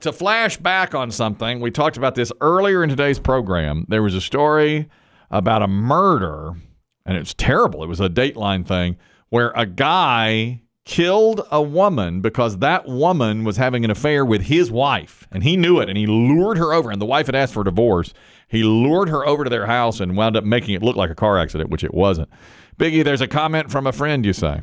to flash back on something, we talked about this earlier in today's program. There was a story about a murder, and it was terrible. It was a Dateline thing where a guy killed a woman because that woman was having an affair with his wife, and he knew it, and he lured her over. And the wife had asked for a divorce. He lured her over to their house and wound up making it look like a car accident, which it wasn't. Biggie, there's a comment from a friend. You say,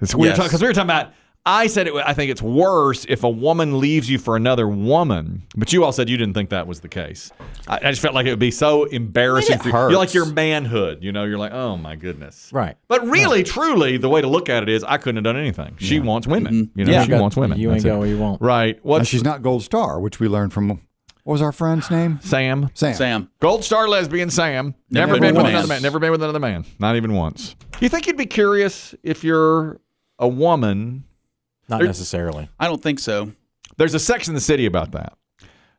"It's we Yes. because we were talking about." I said it. I think it's worse if a woman leaves you for another woman, but you all said you didn't think that was the case. I, I just felt like it would be so embarrassing. It for you. You're like hurts. your manhood. You know, you're like, oh my goodness. Right. But really, truly, the way to look at it is, I couldn't have done anything. She wants women. You know, Mm-hmm. Yeah. she Got- wants women. you ain't That's it. got what you want. Right. Now, What's she's not Gold Star, which we learned from what was our friend's name? Sam? Sam. Sam. Gold star lesbian Sam. Never, been been with with a man. another man. Never been with another man. Not even once. You think you'd be curious if you're a woman? Not There- necessarily. I don't think so. There's a Sex in the City about that.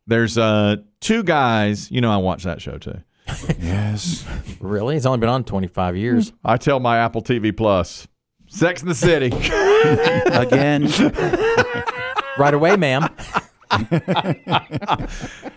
There's uh, two guys. You know, I watch that show too. Yes. Really? It's only been on 25 years. I tell my Apple TV Plus, Sex in the City. Again, right away, ma'am.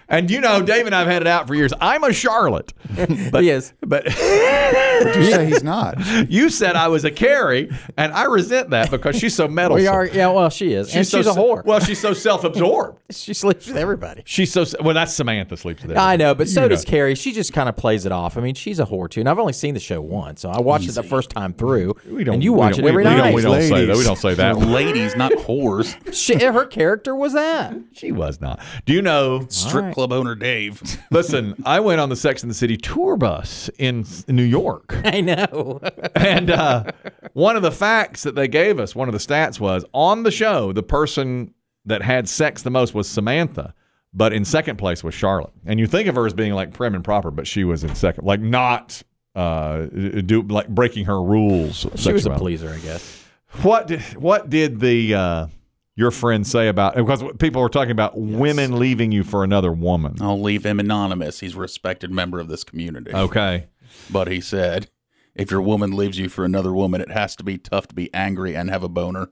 and you know, Dave and I've had it out for years. I'm a Charlotte, But, yes. but. Would you say he's not? You said I was a Carrie, and I resent that because she's so meddlesome. We are. Yeah, well, she is. and so she's a se- whore. Well, she's so self-absorbed. she sleeps with everybody. She's so se- well. That's Samantha sleeps there. I know, but so does Carrie. She just kind of plays it off. I mean, she's a whore too, and I've only seen the show once, so I watched it the first time through. We don't. and you we watch don't- it every we, we night. don't, we don't say that. We don't say that. ladies, not whores. She, her character was that. she was not. Do you know? Strip club owner Dave. Listen, I went on the Sex and the City tour bus in s- New York, I know. and uh, one of the facts that they gave us, one of the stats was on the show, the person that had sex the most was Samantha. But in second place was Charlotte, and you think of her as being like prim and proper, but she was in second, like not uh, do like breaking her rules. she was a sexuality. pleaser, I guess. What did, what did the uh, your friend say about because people were talking about women leaving you for another woman? Oh. I'll leave him anonymous. He's a respected member of this community. Okay, But he said, if your woman leaves you for another woman, it has to be tough to be angry and have a boner.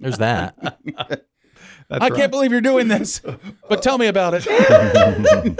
There's that. that's I right. can't believe you're doing this, but tell me about it.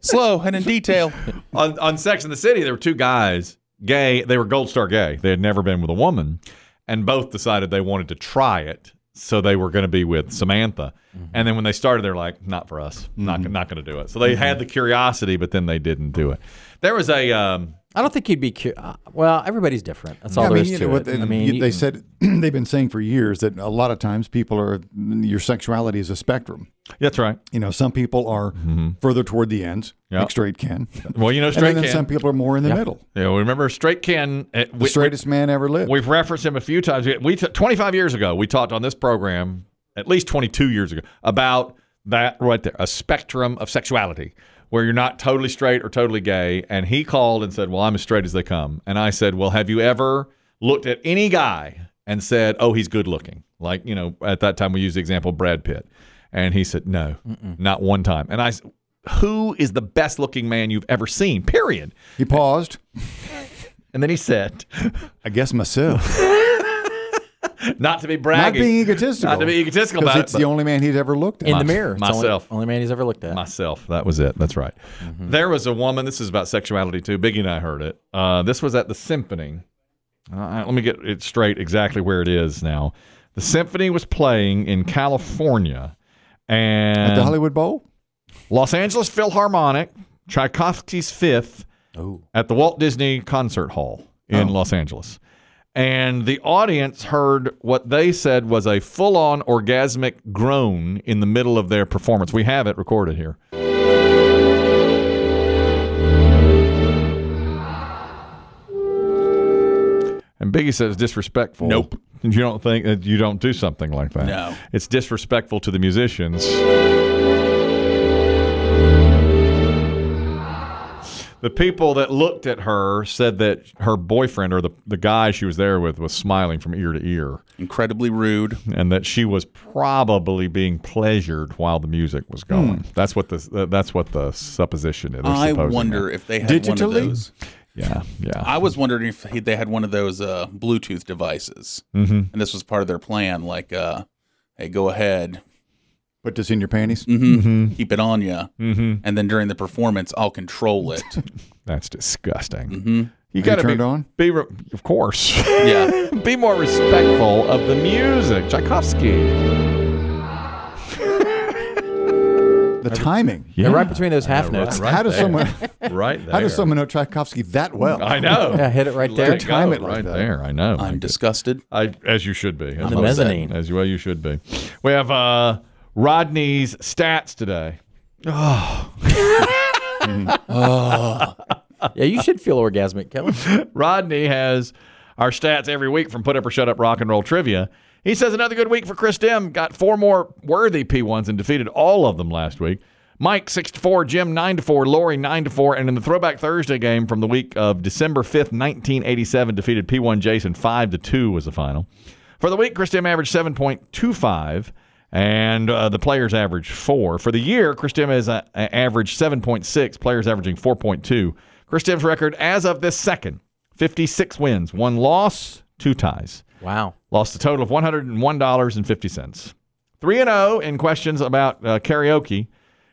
Slow and in detail. on, on Sex in the City, there were two guys, gay. They were Gold Star gay. They had never been with a woman, and both decided they wanted to try it. So they were going to be with Samantha, Mm-hmm. and then when they started, they're like, "Not for us. Not not going to do it." So they Mm-hmm. had the curiosity, but then they didn't do it. There was a um, I don't think you'd be. Cu- uh, well, everybody's different. That's all Yeah, I there mean, is you to know, what it. they, I mean, you- they said they've been saying for years that a lot of times people are your sexuality is a spectrum. that's right. You know, some people are further toward the ends, Mm-hmm. Yeah. like straight Ken. Well, you know, and straight then Ken. some people are more in the middle. you know, remember straight Ken. uh, The we- we- straightest man ever lived. We've referenced him a few times. We t- 25 years ago, we talked on this program, at least 22 years ago, about that right there, a spectrum of sexuality where you're not totally straight or totally gay. And he called and said, "Well, I'm as straight as they come." And I said, "Well, have you ever looked at any guy and said, "Oh, he's good looking"?" Like, you know, at that time we used the example Brad Pitt. And he said, "No, not one time." And I s- who is the best looking man you've ever seen? Period. he paused. And then he said, I guess myself. not to be Not bragging. being egotistical. Not to be egotistical about Because it, it's but- the only man he's ever looked at. in my- the mirror, It's only- myself. only, man he's ever looked at. myself. That was it. That's right. Mm-hmm. There was a woman. This is about sexuality too. Biggie and I heard it. Uh, this was at the symphony. Uh, let me get it straight exactly where it is now. The symphony was playing in California and At the Hollywood Bowl? Los Angeles Philharmonic, Tchaikovsky's Fifth, Oh, at the Walt Disney Concert Hall Oh. in Los Angeles. And the audience heard what they said was a full on orgasmic groan in the middle of their performance. We have it recorded here. And Biggie says disrespectful. Nope. You don't think that you don't do something like that. No. It's disrespectful to the musicians. The people that looked at her said that her boyfriend or the, the guy she was there with was smiling from ear to ear Incredibly rude. and that she was probably being pleasured while the music was going. Hmm. That's what the that's what the supposition is. They're I supposing wonder that. if they had one of Digitally? those. Yeah, yeah. I was wondering if he, they had one of those uh, Bluetooth devices, mm-hmm. and this was part of their plan. Like, uh, hey, go ahead, Put this in your panties. keep it on you, mm-hmm. and then during the performance, I'll control it. That's disgusting. Mm-hmm. Are you gotta turned be, on? Be re- of course. yeah, be more respectful of the music. Tchaikovsky. The timing. Yeah. They're right between those half notes. right how does there. someone Right there. how does someone know Tchaikovsky that well? I know. Yeah, hit it right Let there. go Time it like right that. there. I know. I'm I- disgusted. I, as you should be. As The well as- mezzanine. As well you should be. We have uh, Rodney's stats today. Yeah, you should feel orgasmic, Kellen. Rodney has our stats every week from Put Up or Shut Up Rock and Roll Trivia. He says another good week for Chris Dim. Got four more worthy P1s and defeated all of them last week. Mike 6 to 4, Jim 9 to 4, Lori 9 to 4, and in the Throwback Thursday game from the week of December 5th, 1987, defeated P1 Jason 5 to 2 was the final. For the week, Chris Dim averaged 7.25 and uh, the players average four. For the year, Chris Dim has uh, averaged 7.6, players averaging 4.2. Chris Dim's record as of this second 56 wins, one loss, two ties. Wow. Lost a total of $101.50. 3 and 0 in questions about uh, karaoke,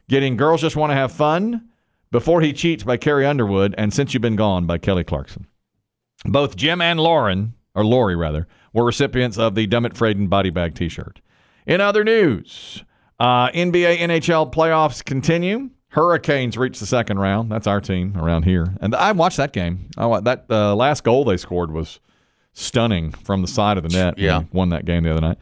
getting Girls Just Want to Have Fun, Before He Cheats by Carrie Underwood, and Since You've Been Gone by Kelly Clarkson. Both Jim and Lauren, or Lori rather, were recipients of the Dummett Fraden body bag t shirt. In other news, uh, NBA NHL playoffs continue. Hurricanes reach the second round. That's our team around here. And I watched that game. I, wa- that uh, last goal they scored was stunning from the side of the net. when Yeah. they won that game the other night.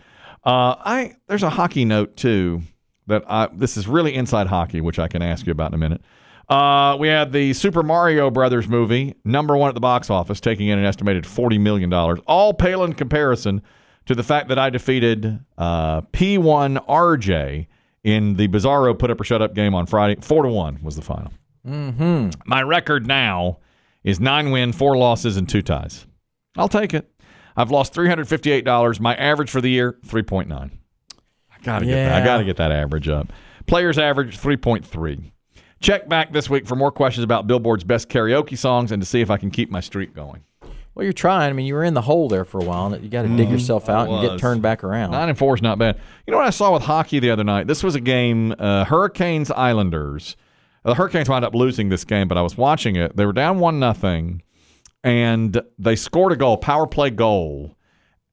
Uh, I there's a hockey note too that I this is really inside hockey, which I can ask you about in a minute. Uh, we had the Super Mario Brothers movie, number one at the box office, taking in an estimated forty million dollars. All pale in comparison to the fact that I defeated uh, P1 RJ in the Bizarro Put Up or Shut Up game on Friday. Four to one was the final. Mm-hmm. My record now is nine win, four losses, and two ties. I'll take it. I've lost three hundred fifty-eight dollars. My average for the year three point nine. I gotta get that. I Yeah. gotta get that average up. Players average three point three. Check back this week for more questions about Billboard's best karaoke songs and to see if I can keep my streak going. Well, you're trying. I mean, you were in the hole there for a while, and you got to dig yourself out and get Mm-hmm. was. turned back around. Nine and four is not bad. You know what I saw with hockey the other night? This was a game, uh, Hurricanes Islanders. The Hurricanes wound up losing this game, but I was watching it. They were down one nothing, and they scored a goal, power play goal,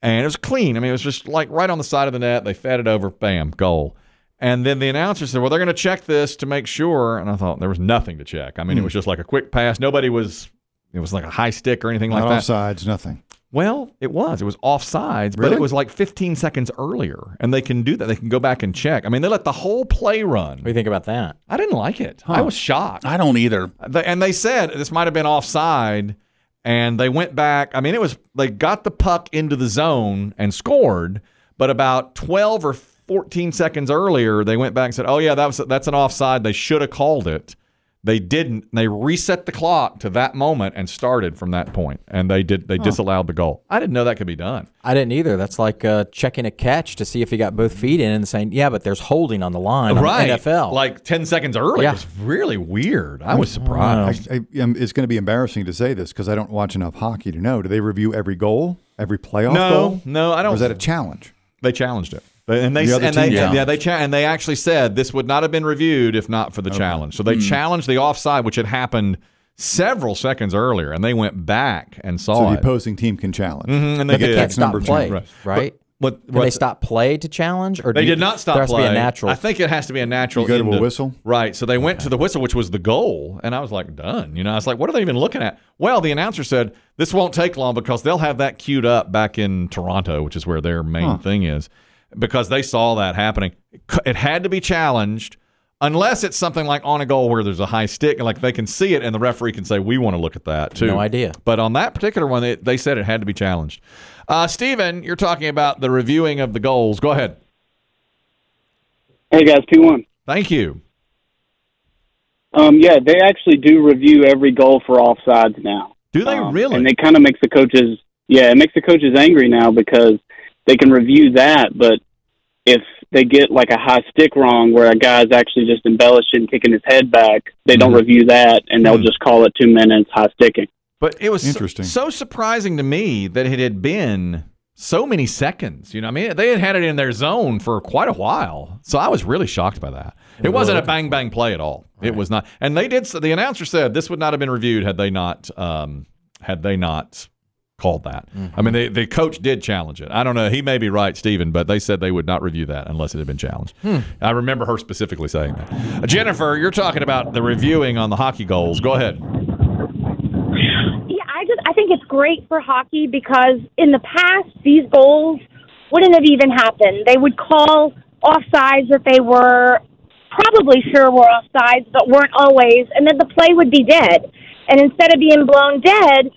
and it was clean. I mean, it was just like right on the side of the net. They fed it over, bam, goal. And then the announcer said, "Well, they're going to check this to make sure." And I thought there was nothing to check. I mean, it was just like a quick pass. Nobody was. It was like a high stick or anything like Not that. offsides, nothing. Well, it was. It was offsides, but it Really? was like 15 seconds earlier, and they can do that. They can go back and check. I mean, they let the whole play What do run. you think about that? I didn't like it. I was shocked. I don't either. They- and they said this might have been offside, and they went back. I mean, it was they got the puck into the zone and scored, but about 12 or 14 seconds earlier, they went back and said, "Oh yeah, that was that's an offside. They should have called it." They didn't. and They reset the clock to that moment and started from that point, and they did. They disallowed the goal. I didn't know that could be done. I didn't either. That's like uh, checking a catch to see if he got both feet in and saying, "Yeah, but there's holding on the line." on the right. NFL. Like 10 seconds early. Yeah. It was really weird. I was surprised. I, I, um, it's going to be embarrassing to say this because I don't watch enough hockey to know. Do they review every goal, every playoff No, goal? no, I Or is don't. that a challenge? they challenged it. They- And they The other and they team yeah, challenged. they cha- and they actually said this would not have been reviewed if not for the challenge. So they Hmm. challenged the offside, which had happened several seconds earlier, and they went back and So saw the it. opposing team can challenge. Mhm, Oh, and they But did. can't that's stop number two. play, Right. right? What- Can they what- stop play to challenge, or do They you- did not stop There has play. to be a natural. I think it has to be a natural. You go to end a whistle? Right. So they went to the whistle, which was the goal, and I was like, done. You know, I was like, what are they even looking at? Well, the announcer said this won't take long because they'll have that queued up back in Toronto, which is where their main thing is, because they saw that happening. It cou- It had to be challenged. Unless it's something like on a goal where there's a high stick, and like they can see it, and the referee can say, "We want to look at that too." No idea. But on that particular one, they, they said it had to be challenged. Uh, Steven, you're talking about the reviewing of the goals. Go ahead. Hey guys, P one. Thank you. Um, yeah, they actually do review every goal for offsides now. Do they Um, really? And it kind of makes the coaches, yeah, it makes the coaches angry now because they can review that, but if they get like a high stick wrong where a guy's actually just embellishing, kicking his head back, they don't Mm-hmm. review that and they'll just call it two minutes high sticking. but it was so- Interesting. So, surprising to me that it had been so many seconds. You know, what I mean, they had had it in their zone for quite a while. So I was really shocked by that. It wasn't a bang bang play at all. It was not. And they did. The announcer said this would not have been reviewed had they not um, had they not called that. I mean, they, the coach did challenge it. I don't know. He may be right, Stephen, but they said they would not review that unless it had been challenged. I remember her specifically saying that. Jennifer, you're talking about the reviewing on the hockey goals. Go ahead. Yeah, I just I think it's great for hockey because in the past these goals wouldn't have even happened. They would call offsides that they were probably sure were offsides, but weren't always, and then the play would be dead. And instead of being blown dead,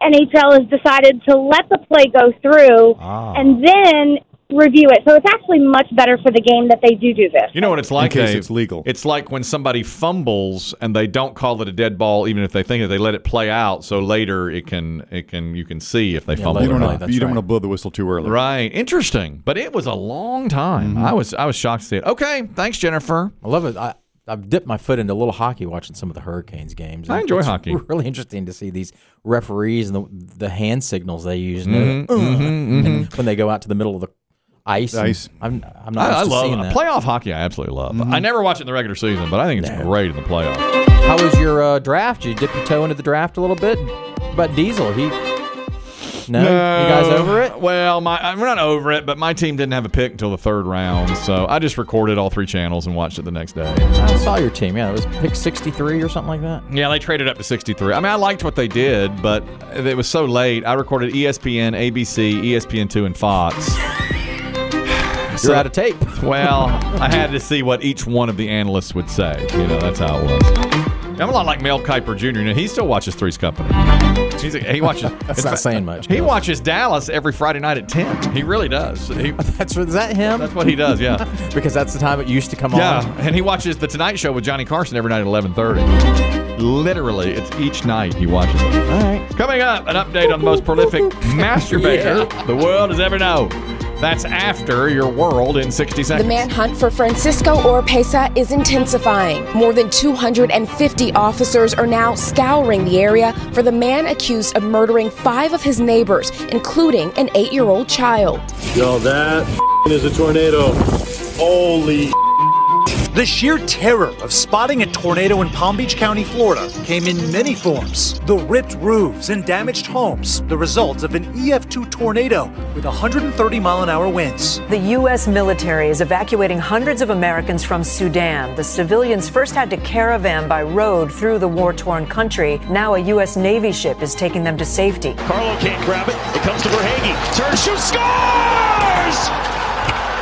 NHL has decided to let the play go through Ah. and then review it. So it's actually much better for the game that they do do this. You know what it's like? case Dave? it's legal. It's like when somebody fumbles and they don't call it a dead ball, even if they think it. They let it play out, so later it can it can you can see if they fumble. let or it You don't, not. Right, wanna, that's you don't right. want to blow the whistle too early. Right. Interesting. But it was a long time. Mm-hmm. I was I was shocked to see it. Okay. Thanks, Jennifer. I love it. I, I've dipped my foot into a little hockey watching some of the Hurricanes games. I enjoy It's hockey. Really interesting to see these referees and the, the hand signals they use and Mm-hmm, the- when they go out to the middle of the ice. and Ice. I'm, I'm not I, used I to love seeing that. playoff hockey. I absolutely love. Mm-hmm. I never watch it in the regular season, but I think it's great in the playoffs. How was your uh, draft? Did you dip your toe into the draft a little bit? But Diesel, he. No? You guys over it? Uh, Well, my I'm not over it, but my team didn't have a pick until the third round, so I just recorded all three channels and watched it the next day. I saw your team. Yeah, it was pick 63 or something like that. Yeah, they traded up to 63. I mean, I liked what they did, but it was so late. I recorded E ESPN, ABC, ESPN2, and Fox. You're out of tape. Well, I had to see what each one of the analysts would say. You know, that's how it was. I'm a lot like Mel Kiper Jr. Now, he still watches Three's Company. He's a, he watches. That's not saying much. He watches Dallas every Friday night at 10. He really does. He, That's is that him? that's what he does, yeah. because that's the time it used to come Yeah, on. and he watches The Tonight Show with Johnny Carson every night at 11:30. Literally, it's each night he watches it. All right. Coming up, an update on the most prolific masturbator the world has ever known. That's after your world in 60 The seconds. manhunt for Francisco Oropesa is intensifying. More than 250 officers are now scouring the area for the man accused of murdering five of his neighbors, including an eight year old child. Yo, that is a tornado. Holy. The sheer terror of spotting a tornado in Palm Beach County, Florida, came in many forms. The ripped roofs and damaged homes, the result of an EF2 tornado with 130 mile an hour winds. The U.S. military is evacuating hundreds of Americans from Sudan. The civilians first had to caravan by road through the war torn country. Now a U.S. Navy ship is taking them to safety. Carlo can't grab it. It comes to Verhage. Turns, shoots, scores!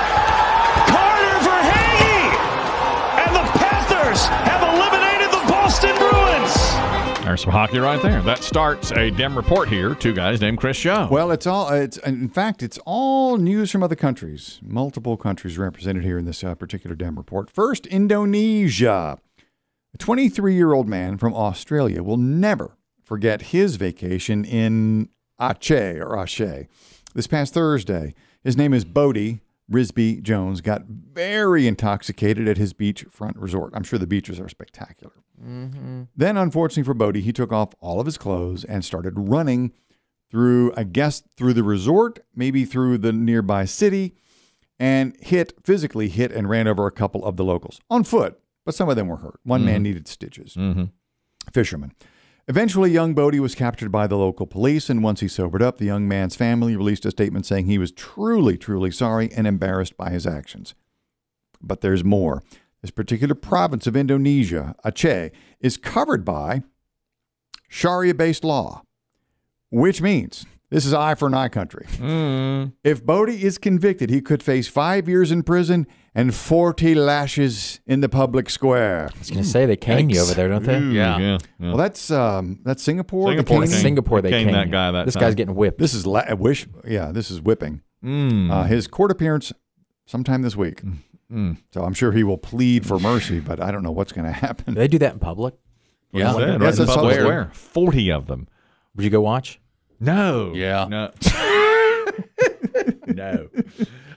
Carter Verhage! And the Panthers have eliminated the Boston Bruins! There's some hockey right there. That starts a dim report here. Two guys named Chris Show. Well, it's all. It's in fact, it's all news from other countries. Multiple countries represented here in this uh, particular damn report. First, Indonesia. A 23-year-old man from Australia will never forget his vacation in Aceh or Aceh. This past Thursday, his name is Bodie Risby Jones. Got very intoxicated at his beachfront resort. I'm sure the beaches are spectacular. Then, unfortunately for Bodie, he took off all of his clothes and started running through, I guess, through the resort, maybe through the nearby city, and hit, physically hit and ran over a couple of the locals on foot, but some of them were hurt. One man needed stitches. Fisherman. Eventually, young Bodie was captured by the local police, and once he sobered up, the young man's family released a statement saying he was truly, truly sorry and embarrassed by his actions. But there's more. This particular province of Indonesia, Aceh, is covered by Sharia based law, which means this is eye for an eye country. If Bodie is convicted, he could face five years in prison and 40 lashes in the public square. I was going to say they cane you over there, don't they? yeah. yeah, Well, that's um, that's Singapore. the Singapore King- cane. Singapore, they They caned cane that you. guy that This time. guy's getting whipped. This is la- I wish. Yeah, this is whipping. Uh, his court appearance sometime this week. So I'm sure he will plead for mercy, but I don't know what's going to happen. they do that in public? Yeah. Right in Yes, the that's public somewhere. square. 40 of them. Would you go watch? No. Yeah. No. no.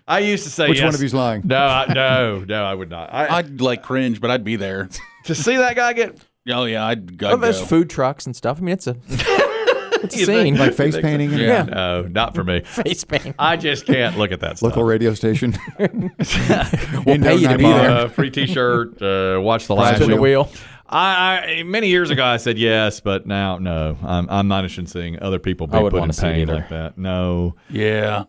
I used to say Which one yes. of you's lying? No, I, no, no, I would not. I, I'd like cringe, but I'd be there. to see that guy get Oh yeah, I'd, I'd Oh, there's go. food trucks and stuff. I mean, it's a It's a scene. Like face painting and- Yeah, no, not for me. Face paint. I just can't look at that stuff. Local radio station. we'll pay you to be there. Uh, free T-shirt. Uh, watch the live Spin the show. wheel. I, I many years ago I said yes, but now no. I'm I'm not interested in seeing other people be I wouldn't put in wanna see it pain either. like that. No, Yeah.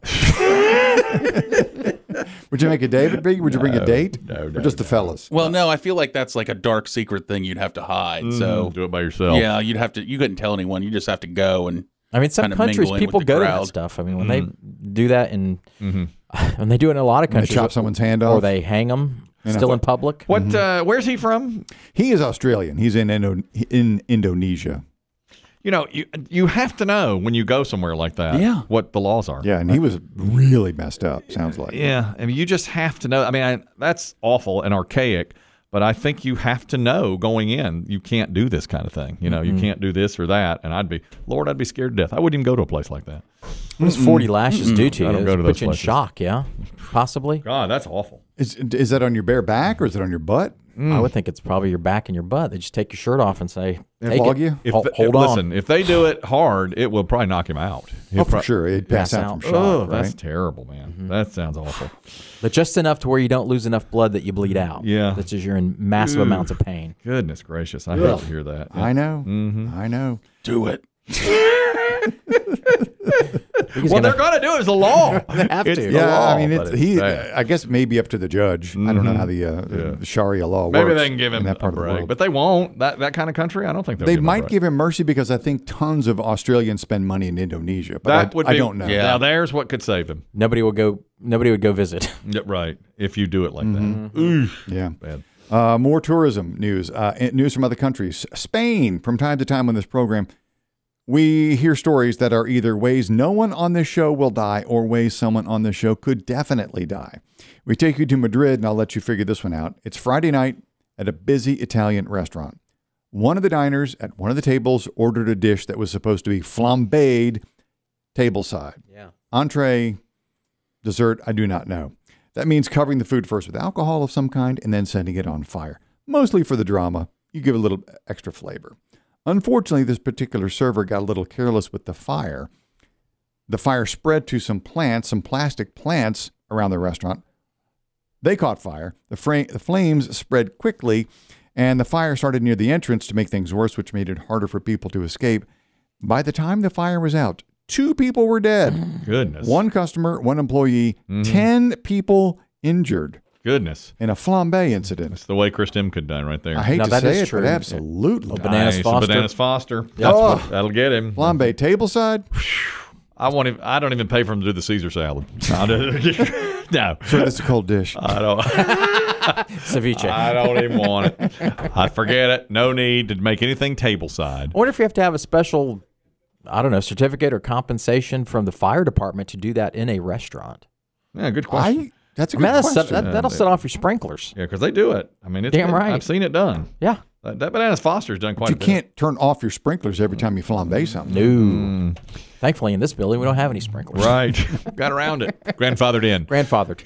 Would you make a David big? Would you bring a date? no, or no, just the fellas? Well, no, I feel like that's like a dark secret thing you'd have to hide. So do it by yourself. yeah, you'd have to. You couldn't tell anyone. You just have to go and I mean, some Kinda countries mingle in people with the go to crowd. that stuff. I mean, when Mm-hmm. they do that in, when they do it in a lot of They countries, chop someone's hand off. or they hang them still in public. What? Uh, where's he from? He is Australian. He's in Indo- in Indonesia. You know, you you have to know when you go somewhere like that. Yeah. What the laws are. Yeah, and he was really messed up. Sounds like. Yeah, I mean, you just have to know. I mean, I, that's awful and archaic, but I think you have to know going in. You can't do this kind of thing. You know, Mm-hmm. you can't do this or that. And I'd be, Lord, I'd be scared to death. I wouldn't even go to a place like that. What does forty lashes do to you? I don't It go to put those you in places. shock. Yeah, possibly. God, that's awful. Is is that on your bare back or is it on your butt? Mm. I would think it's probably your back and your butt. They just take your shirt off and say, They "Take flog it. you? If Hol- th- hold if- on. Listen, if they do it hard, it will probably knock him out. He'll Oh, for pro- sure, it'd pass, Pass out, out. from shock. Oh, right? Mm-hmm. that's terrible, man. That sounds awful. But just enough to where you don't lose enough blood that you bleed out. Yeah. That's just you're in massive amounts of pain. Goodness gracious, I hate to hear that. I know. I know. do it. He's Well, gonna- they're gonna do it. It's the law. they have it's to. the Yeah, law, I mean, but it's, he. uh, bad. I guess maybe up to the judge. I don't know how the, uh, the Sharia law works. Maybe they can give him in that a part of the break, world. but they won't. That that kind of country, I don't think they'll they give him a might break. give him mercy because I think tons of Australians spend money in Indonesia. But That I, would I be- don't know. Yeah. Now there's what could save him. nobody will go. Nobody would go visit. Yeah, right. If you do it like Mm-hmm. that. Oof. Yeah. Bad. Uh, more tourism news. Uh, and news from other countries. Spain, from time to time on this program, we hear stories that are either ways no one on this show will die or ways someone on this show could definitely die. We take you to Madrid, and I'll let you figure this one out. It's Friday night at a busy Italian restaurant. One of the diners at one of the tables ordered a dish that was supposed to be flambéed tableside. Yeah. Entree, dessert, I do not know. That means covering the food first with alcohol of some kind and then setting it on fire, mostly for the drama. You give a little extra flavor. Unfortunately, this particular server got a little careless with the fire. The fire spread to some plants, some plastic plants around the restaurant. They caught fire. The, fra- the flames spread quickly, and the fire started near the entrance to make things worse, which made it harder for people to escape. By the time the fire was out, two people were dead. Goodness. One customer, one employee, Mm-hmm. 10 people injured Goodness. in a flambe incident. That's the way Chris Dim could die right there. I hate Now, to that say is it, true. but absolutely. Open- Bananas Nice. Foster. Bananas Foster. That's what, that'll get him. Flambe tableside? I won't. Even, I don't even pay for him to do the Caesar salad. I'll do- no, That's a cold dish. Uh, I don't. Ceviche. I I don't even want it. I forget it. No need to make anything tableside. wonder if you have to have a special, I don't know, certificate or compensation from the fire department to do that in a restaurant. Yeah, good question. I, that's I a good mean, that's question. set, that, that'll set off your sprinklers. yeah, because they do it. I mean, it's Damn been- right. I've seen it done. Yeah. That, that bananas Foster's done quite. you a bit. can't turn off your sprinklers every time you flambe something. No. Thankfully, in this building, we don't have any sprinklers. Right. Got around it. Grandfathered in. Grandfathered.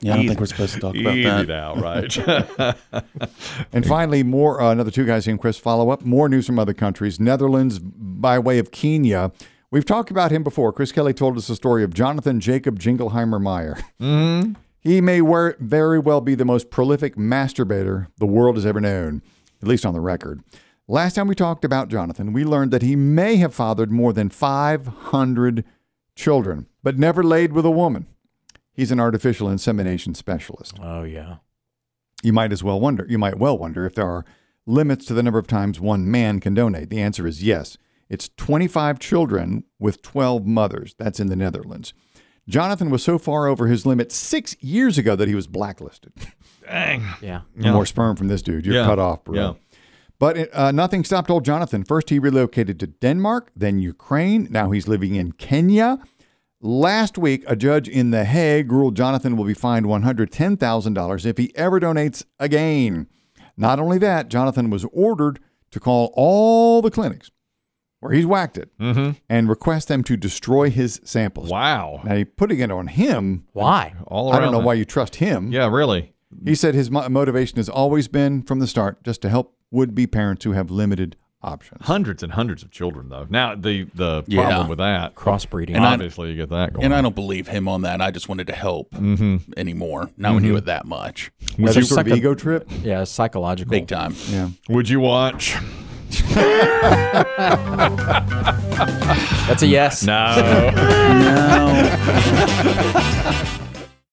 Yeah, I don't think we're supposed to talk about Easy that. now, right? And finally, more uh, another two guys named Chris follow up. More news from other countries. Netherlands by way of Kenya. We've talked about him before. Chris Kelly told us the story of Jonathan Jacob Jingleheimer Meyer. He may wer- very well be the most prolific masturbator the world has ever known, at least on the record. Last time we talked about Jonathan, we learned that he may have fathered more than 500 children, but never laid with a woman. He's an artificial insemination specialist oh, yeah. you might as well wonder you might well wonder if there are limits to the number of times one man can donate the answer is yes it's 25 children with 12 mothers that's in the netherlands jonathan was so far over his limit six years ago that he was blacklisted Yeah. No more sperm from this dude you're Yeah. cut off bro Yeah. but uh, nothing stopped old Jonathan. First, he relocated to Denmark, then Ukraine. Now he's living in Kenya. Last week, a judge in The Hague ruled Jonathan will be fined $110,000 if he ever donates again. Not only that, Jonathan was ordered to call all the clinics where he's whacked it and request them to destroy his samples. wow. Now, you're putting it on him. Why? All around I don't know that. why you trust him. Yeah, really. He said his mo- motivation has always been from the start just to help would be parents who have limited options. Hundreds and hundreds of children, though. Now, the, the Yeah. problem with that, Crossbreeding. And I- obviously, you get that going. And I don't believe him on that. I just wanted to help anymore. Now we knew it that much. Was you- some sort of Suck the- ego trip? yeah, it's psychological. Big time. Yeah. Would you watch? That's a yes. No. No.